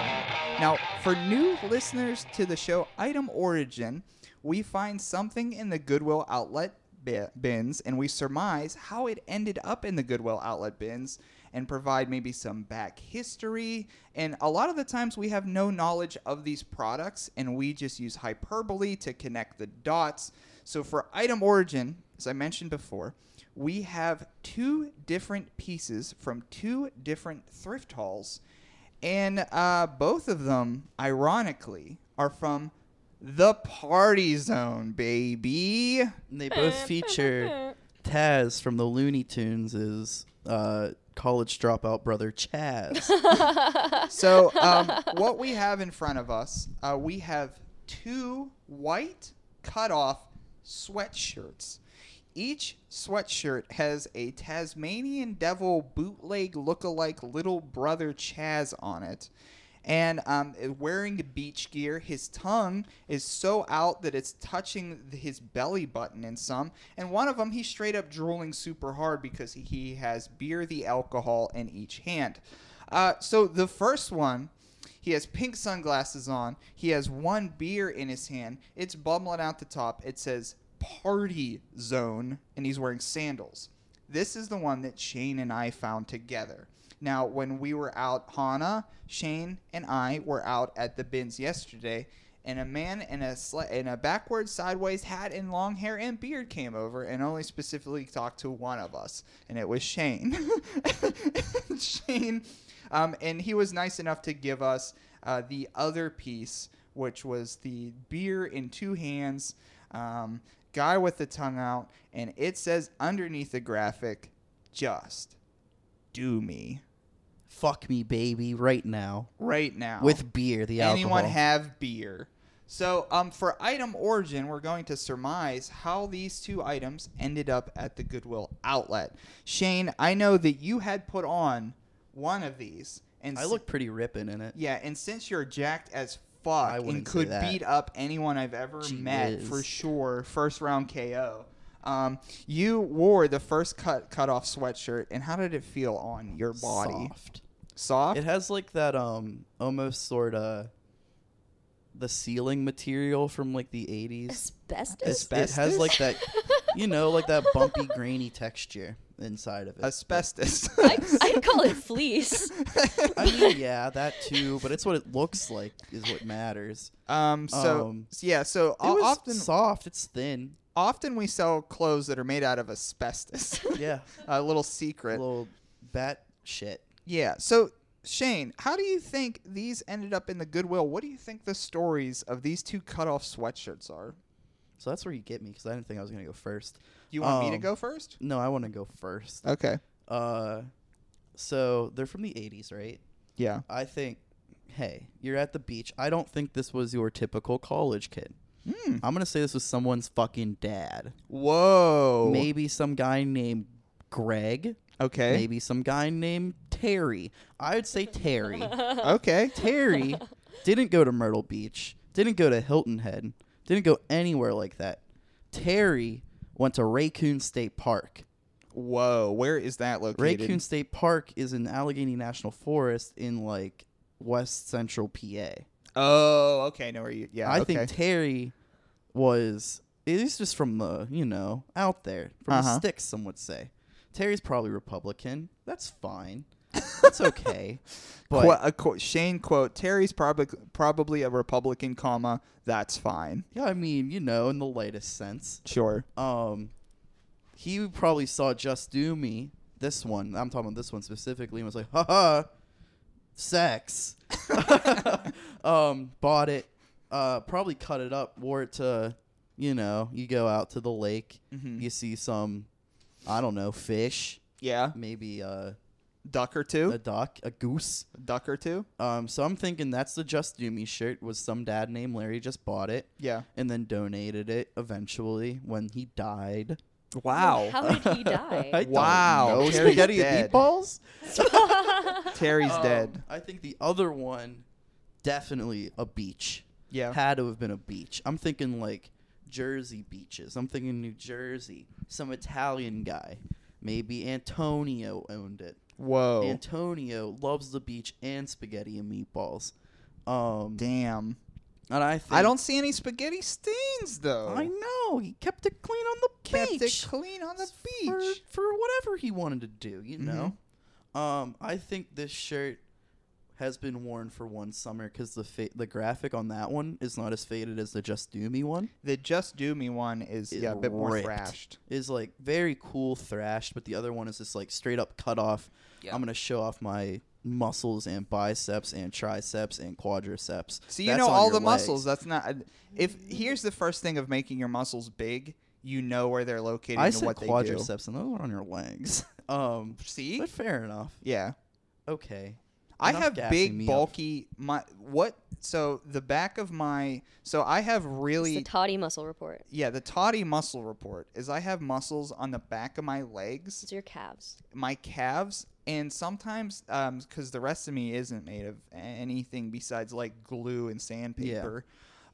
Now, for new listeners to the show, item origin, we find something in the Goodwill outlet bi- bins and we surmise how it ended up in the Goodwill outlet bins and provide maybe some back history. And a lot of the times we have no knowledge of these products and we just use hyperbole to connect the dots. So for item origin, as I mentioned before, we have two different pieces from two different thrift hauls, and uh, both of them, ironically, are from the Party Zone, baby.
And they both feature Taz from the Looney Tunes' is uh, college dropout brother Chaz.
So, um, what we have in front of us, uh, we have two white cutoff sweatshirts. Each sweatshirt has a Tasmanian Devil bootleg look-alike little brother Chaz on it. And um, wearing the beach gear, his tongue is so out that it's touching th- his belly button in some. And one of them, he's straight up drooling super hard because he has beer, the alcohol, in each hand. Uh, so the first one he has pink sunglasses on. He has one beer in his hand. It's bubbling out the top. It says party zone, and he's wearing sandals. This is the one that Shane and I found together. Now, when we were out, Hannah, Shane, and I were out at the bins yesterday, and a man in a sli- in a backwards, sideways hat and long hair and beard came over and only specifically talked to one of us, and it was Shane. Shane, um, and he was nice enough to give us uh, the other piece, which was the beer in two hands, um, guy with the tongue out, and it says underneath the graphic, "Just do me
Fuck me, baby, right now
right now."
with beer. The alcohol.
anyone have beer? So, um, for item origin, we're going to surmise how these two items ended up at the Goodwill outlet. Shane, I know that you had put on one of these, and
I
s-
look pretty ripping in it.
yeah, and since you're jacked as fuck
I
and
wouldn't say
could
that.
beat up anyone I've ever
Gee
met
whiz.
for sure, first round KO. Um, you wore the first cut cut off sweatshirt, and how did it feel on your body?
Soft.
Soft.
It has like that um almost sort of the ceiling material from like the 80s.
Asbestos?
It's- It has
Asbestos?
like that, you know, like that bumpy, grainy texture inside of it.
Asbestos.
I, I'd call it fleece.
I mean, yeah, that too, but it's what it looks like is what matters.
Um. So
Um,
s- yeah. So
It was
often,
soft. It's thin.
often we sell clothes that are made out of asbestos.
Yeah,
A little secret.
little bat shit.
Yeah. So Shane, how do you think these ended up in the Goodwill? What do you think the stories of these two cutoff sweatshirts are?
So that's where you get me because I didn't think I was gonna go first.
You want me to
Um,
go first?
No, I want to go first.
Okay.
Uh, so they're from the '80s, right?
Yeah.
I think, hey, you're at the beach. I don't think this was your typical college kid. I'm gonna say this was someone's fucking dad.
Whoa.
Maybe some guy named Greg.
Okay.
Maybe some guy named Terry. I would say Terry.
Okay.
Terry didn't go to Myrtle Beach, didn't go to Hilton Head, didn't go anywhere like that. Terry went to Raccoon State Park.
Whoa. Where is that located?
Raccoon State Park is in Allegheny National Forest in like west central PA.
Oh. Okay. No. Where you? Yeah.
I
okay.
think Terry was he's just from the you know out there from
Uh-huh.
the sticks. Some would say Terry's probably Republican. That's fine. That's okay. But
Qu- a qu- Shane quote Terry's probably probably a Republican, comma that's fine.
yeah, I mean you know in the lightest sense.
Sure.
Um, he probably saw Just Do Me this one. I'm talking about this one specifically, and was like, "Ha ha, sex." um, bought it. Uh, probably cut it up. Wore it to, you know, you go out to the lake. You see some, I don't know, fish.
Yeah.
Maybe uh,
Duck or two.
a duck, a goose.
duck or two.
Um, so I'm thinking that's the Just Do Me shirt. Was some dad named Larry just bought it
Yeah.
and then donated it eventually when he died.
Wow.
How did he die?
Wow.
Don't know.
Terry's
Spaghetti
dead.
and meatballs?
Terry's
Um,
dead.
I think the other one, definitely a beach.
Yeah.
Had to have been a beach. I'm thinking like Jersey beaches. I'm thinking New Jersey. Some Italian guy. Maybe Antonio owned it.
Whoa.
Antonio loves the beach and spaghetti and meatballs. Um,
Damn.
and I think,
I don't see any spaghetti stains though.
I know he kept it clean on the
Kept
beach.
it clean on the
for,
beach. Mm-hmm.
for whatever he wanted to do, you know. Um, I think this shirt has been worn for one summer because the fa- the graphic on that one is not as faded as the Just Do Me one.
The Just Do Me one is
It
yeah a bit more
ripped.
thrashed.
Is like very cool thrashed, but the other one is just like straight up cut off. I'm gonna show off my muscles and biceps and triceps and quadriceps.
So you
That's
know
on
all
your
the
legs.
muscles. That's not. uh, If here's the first thing of making your muscles big, you know where they're located
I
and
said
what they
quadriceps, and those are on your legs. um,
do. See?
but fair enough.
Yeah.
Okay.
I
Enough
have
gassing
big,
me up.
bulky. My what so the back of my so I have
It's
really
the toddy muscle report.
yeah the toddy muscle report is I have muscles on the back of my legs,
It's your calves.
my calves, and sometimes um because the rest of me isn't made of a- anything besides like glue and sandpaper.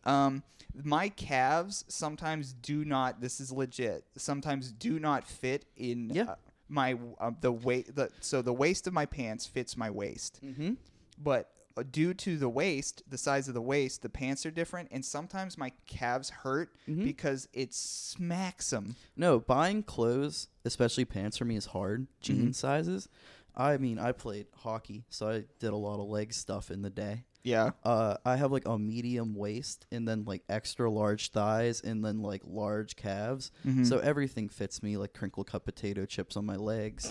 Um, my calves sometimes do not. This is legit. Sometimes do not fit in.
Yeah.
uh, my uh, the weight the so the waist of my pants fits my waist but uh, due to the waist, the size of the waist, the pants are different, and sometimes my calves hurt because it smacks them.
No, buying clothes, especially pants for me, is hard. Jean sizes. I mean, I played hockey, so I did a lot of leg stuff in the day.
Yeah,
Uh, I have like a medium waist and then like extra large thighs and then like large calves. So everything fits me like crinkle cut potato chips on my legs.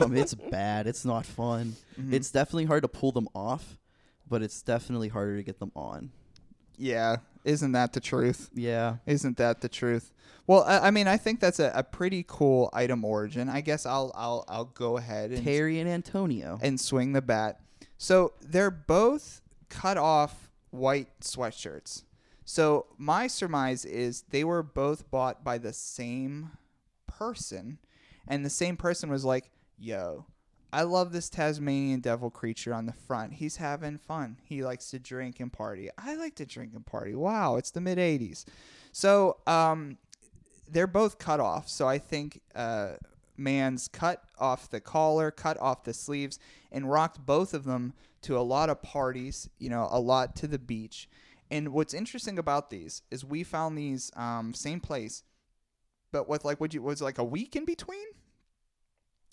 um, it's bad. It's not fun. It's definitely hard to pull them off, but it's definitely harder to get them on.
yeah. Isn't that the truth?
Yeah.
Isn't that the truth? Well, I, I mean, I think that's a, a pretty cool item origin. I guess I'll I'll I'll go ahead and
Terry and Antonio.
and swing the bat. So they're both cut off white sweatshirts. So my surmise is they were both bought by the same person, and the same person was like, "Yo, I love this Tasmanian devil creature on the front. He's having fun. He likes to drink and party. I like to drink and party. Wow, it's the mid '80s." So um, they're both cut off. So I think uh, Man's cut off the collar, cut off the sleeves, and rocked both of them to a lot of parties, you know, a lot to the beach. And what's interesting about these is we found these um, same place, but with like, would you, was it like a week in between?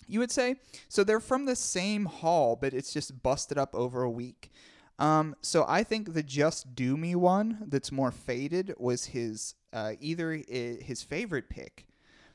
You would say? So they're from the same hall, but it's just busted up over a week. Um, so I think the Just Do Me one that's more faded was his uh, either i- his favorite pick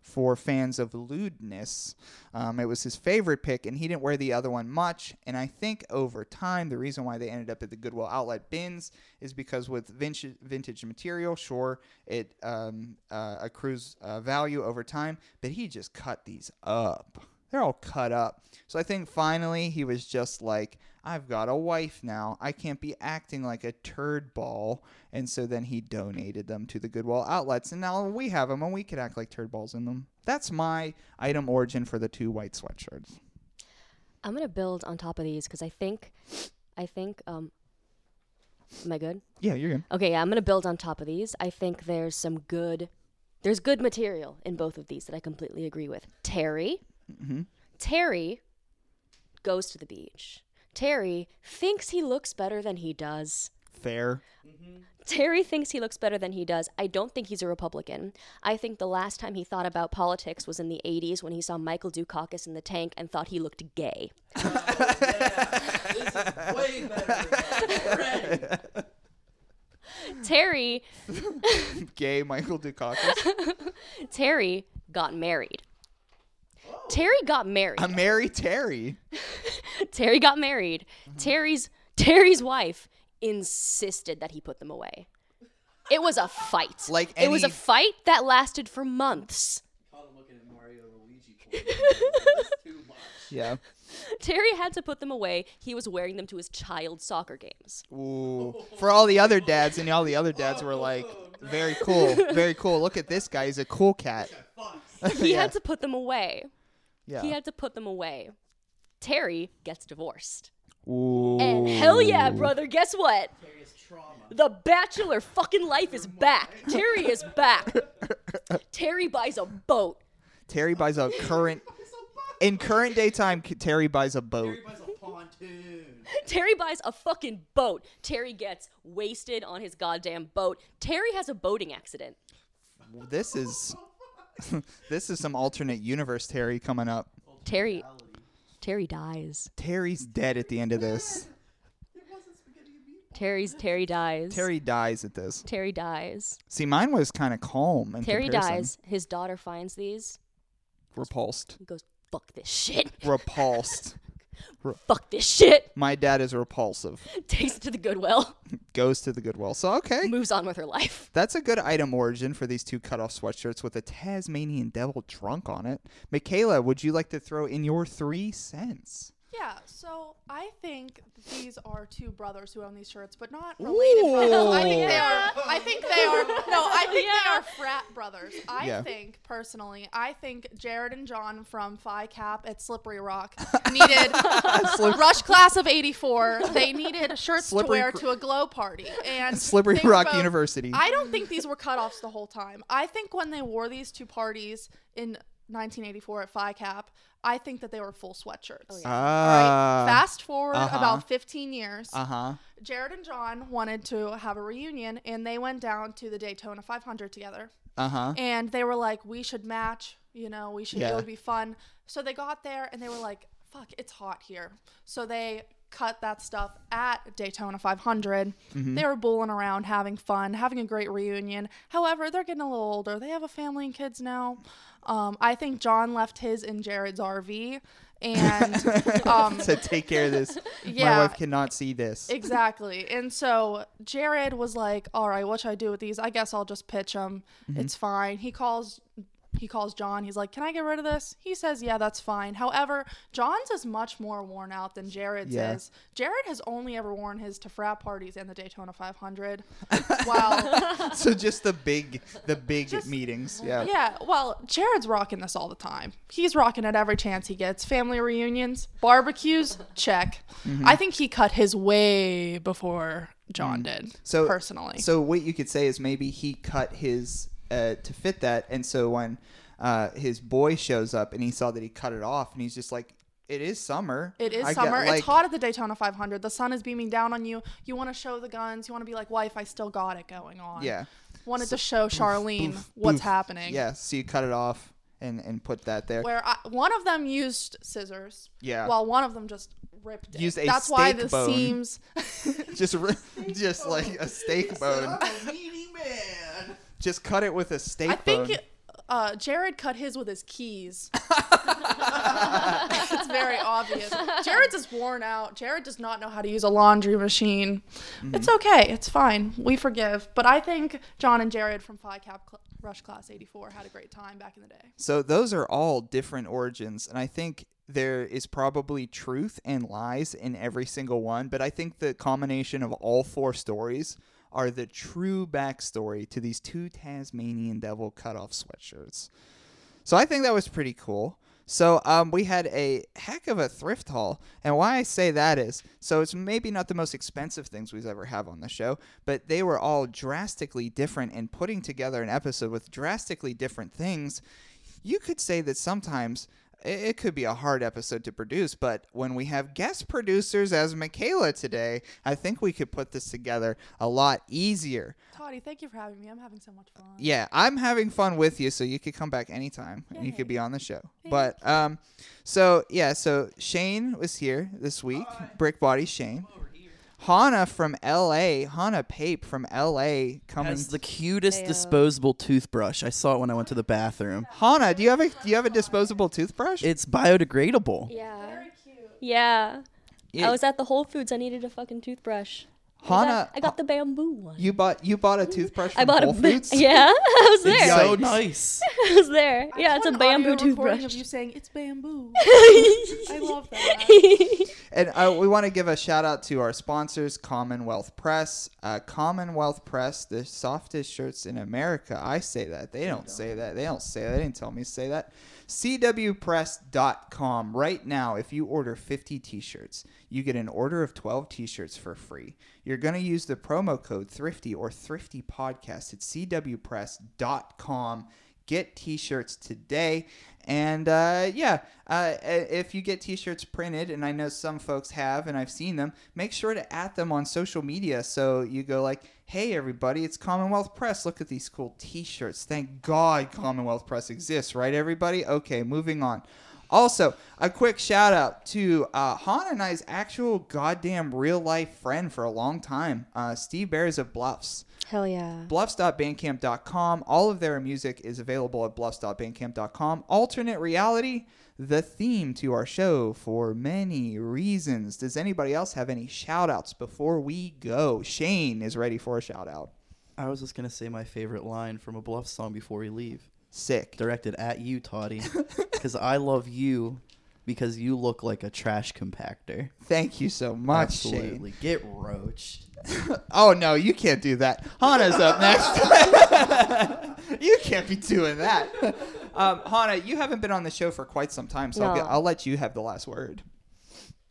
for fans of lewdness. Um, it was his favorite pick, and he didn't wear the other one much. And I think over time, the reason why they ended up at the Goodwill outlet bins is because with vintage, vintage material, sure, it um, uh, accrues uh, value over time, but he just cut these up. They're all cut up. So I think finally he was just like, I've got a wife now. I can't be acting like a turd ball. And so then he donated them to the Goodwill outlets. And now we have them and we can act like turd balls in them. That's my item origin for the two white sweatshirts.
I'm gonna build on top of these because I think, I think, um, am I good?
Yeah, you're good.
Okay, yeah, I'm gonna build on top of these. I think there's some good, there's good material in both of these that I completely agree with. Terry, Terry goes to the beach. Terry thinks he looks better than he does.
Fair.
Terry thinks he looks better than he does. I don't think he's a Republican. I think the last time he thought about politics was in the 80s when he saw Michael Dukakis in the tank and thought he looked gay. Terry
Gay Michael Dukakis.
Terry got married. Terry got married.
I'm Mary Terry.
Terry got married.
Mm-hmm.
Terry's Terry's wife insisted that he put them away. It was a fight.
Like
it was a
any-
fight that lasted for months.
Yeah.
Terry had to put them away. He was wearing them to his child soccer games.
Ooh. For all the other dads, and all the other dads were like, very cool, very cool. Look at this guy. He's a cool cat.
He had to put them away.
Yeah.
He had to put them away. Terry gets divorced.
Ooh.
And hell yeah, brother, guess what? The bachelor fucking life is back. Terry is back. Terry buys a boat.
Terry buys a current. In current daytime, K- Terry buys a boat.
Terry buys a fucking boat. Terry gets wasted on his goddamn boat. Terry has a boating accident.
This is this is some alternate universe Terry coming up.
Terry Terry dies.
Terry's dead at the end of this.
Terry's Terry dies.
Terry dies at this.
Terry dies.
See, mine was kind of calm. In
Terry
comparison.
dies. His daughter finds these.
Repulsed.
He goes, "Fuck this shit.
Repulsed.
Fuck this shit."
My dad is repulsive.
Takes it to the Goodwill.
Goes to the Goodwill. So okay,
Moves on with her life.
that's a good item origin for these two cutoff sweatshirts with a Tasmanian devil drunk on it. Michaela, would you like to throw in your three cents?
Yeah. So I think these are two brothers who own these shirts, but not related brothers. I think they are. I think they are. No, I think they are frat brothers. I
Yeah.
think personally, I think Jared and John from Phi Cap at Slippery Rock needed rush class of '84. They needed shirts
Slippery
to wear
cr-
to a glow party and
Slippery
they were
Rock
both-
University.
I don't think these were cutoffs the whole time. I think when they wore these two parties in 1984 at Phi Cap, I think that they were full sweatshirts. All right.
Ah.
Fast forward
uh-huh.
about 15 years.
Uh huh.
Jared and John wanted to have a reunion and they went down to the Daytona 500 together.
Uh huh.
And they were like, we should match, you know, we should,
Yeah.
it would be fun. So they got there and they were like, fuck, it's hot here. So they cut that stuff at Daytona 500.
Mm-hmm.
They were bowling around, having fun, having a great reunion. However, they're getting a little older. They have a family and kids now. Um, I think John left his in Jared's RV. And um,
Said, take care of this. My
Yeah.
wife cannot see this.
Exactly. And so Jared was like, "All right, what should I do with these? I guess I'll just pitch them.
Mm-hmm.
It's fine." He calls he calls John. He's like, "Can I get rid of this?" He says, "Yeah, that's fine." However, John's is much more worn out than Jared's
Yeah.
is. Jared has only ever worn his to frat parties and the Daytona 500. Wow.
so just the big, the big meetings. Yeah.
yeah, well, Jared's rocking this all the time. He's rocking it every chance he gets. Family reunions, barbecues, check.
Mm-hmm.
I think he cut his way before John did.
Mm-hmm. So
personally,
So what you could say is maybe he cut his uh, to fit that, and so when uh, his boy shows up and he saw that he cut it off, and he's just like, "It is summer.
It is
I got,
summer.
like-
it's hot at the Daytona 500. The sun is beaming down on you. You want to show the guns. You want to be like, wife, I still got it going on.
Yeah.
Wanted to show Charlene what's happening.
Yeah. So you cut it off and and put that there.
Where I, one of them used scissors.
Yeah.
While one of them just ripped it.
Used a
That's why
steak
the
bone.
seams.
just re- just like a steak bone. Just cut it with a steak
I think
bone.
uh, Jared cut his with his keys. it's very obvious. Jared's is worn out. Jared does not know how to use a laundry machine. It's okay. It's fine. We forgive. But I think John and Jared from Phi Cap Cl- Rush Class 84 had a great time back in the day.
So those are all different origins, and I think there is probably truth and lies in every single one. But I think the combination of all four stories are the true backstory to these two Tasmanian devil cutoff sweatshirts. So I think that was pretty cool. So um, we had a heck of a thrift haul, and why I say that is, so it's maybe not the most expensive things we've ever have on the show, but they were all drastically different, and putting together an episode with drastically different things, you could say that sometimes i- it could be a hard episode to produce, but when we have guest producers as Michaela today, I think we could put this together a lot easier.
Toddy, thank you for having me. I'm having so much fun.
Yeah, I'm having fun with you, so you could come back anytime and you could be on the show. But um, so yeah, so Shane was here this week. Brick Body Shane. Hana from L.A. Hana Pape from L.A. coming.
Has the cutest disposable toothbrush. I saw it when I went to the bathroom.
Hana, do you have a do you have a disposable toothbrush?
It's biodegradable.
Yeah. Yeah.
Yeah.
I was at the Whole Foods. I needed a fucking toothbrush. I got-
Hana,
I got the bamboo one.
you bought you bought a toothbrush from
I bought
Whole
a ba-
Foods.
yeah. I was there.
So
Yikes.
nice.
I was there. Yeah, it's a
An
bamboo
audio recording Of
toothbrush.
you saying it's bamboo. I love that.
And uh, we want to give a shout out to our sponsors, Commonwealth Press. Uh, Commonwealth Press, the softest shirts in America. I say that. They don't say that. They don't say that. They didn't tell me to say that. CWPress.com. Right now, if you order 50 t shirts, you get an order of 12 t shirts for free. You're going to use the promo code Thrifty or Thrifty Podcast at CWPress.com get t-shirts today and uh, yeah uh, i- if you get t-shirts printed and i know some folks have and i've seen them make sure to add them on social media so you go like hey everybody it's commonwealth press look at these cool t-shirts thank god commonwealth press exists right everybody okay moving on also, a quick shout out to uh, Han and I's actual goddamn real life friend for a long time, uh, Steve Bears of Bluffs
Hell yeah.
bluffs.bandcamp.com. All of their music is available at bluffs.bandcamp.com. Alternate reality, the theme to our show for many reasons. Does anybody else have any shout outs before we go? Shane is ready for a shout out.
I was just gonna say my favorite line from a Bluff song before we leave,
Sick.
directed at you, Toddy, because I love you because you look like a trash compactor.
Thank you so much, Shane.
Absolutely. Get roached.
Oh no, you can't do that. Hana's up next. you can't be doing that. Um, Hana, you haven't been on the show for quite some time, so I'll,
No.
get, I'll let you have the last word.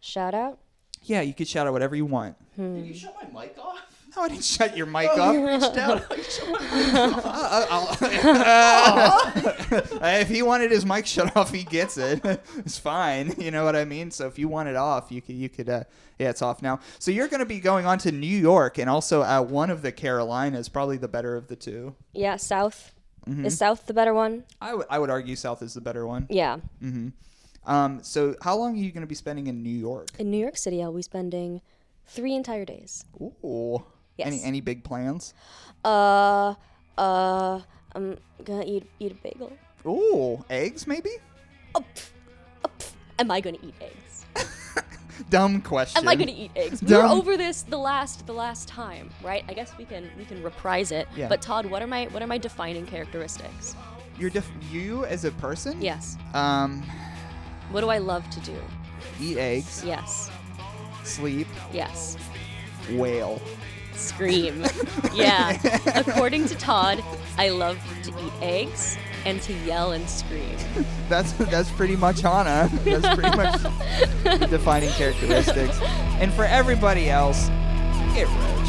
Shout out.
Yeah, you could shout out whatever you want.
Did you shut my mic off?
No, I didn't shut your
Oh,
mic up. uh, if he wanted his mic shut off, he gets it. it's fine. You know what I mean. So if you want it off, you could. You could. Uh, yeah, it's off now. So you're going to be going on to New York and also uh, one of the Carolinas, probably the better of the two.
Yeah, South.
Mm-hmm.
Is South the better one?
I would- I would argue South is the better one.
Yeah.
Um, so how long are you going to be spending in New York?
In New York City, I'll be spending three entire days.
Ooh. Any
Yes.
any big plans?
Uh, uh, I'm gonna eat eat a bagel.
Ooh, eggs maybe?
Oh, pff, oh, pff. Am I gonna eat eggs?
Dumb question.
Am I gonna eat eggs? We were
Dumb.
over this the last the last time, right? I guess we can we can reprise it.
Yeah.
But Todd, what are my what are my defining characteristics?
You're def- you as a person?
Yes.
Um,
What do I love to do?
eat eggs,
Yes.
sleep,
Yes.
whale.
Scream. yeah. According to Todd, I love to eat eggs and to yell and scream.
That's that's pretty much Hana. That's pretty much defining characteristics. And for everybody else, get roached.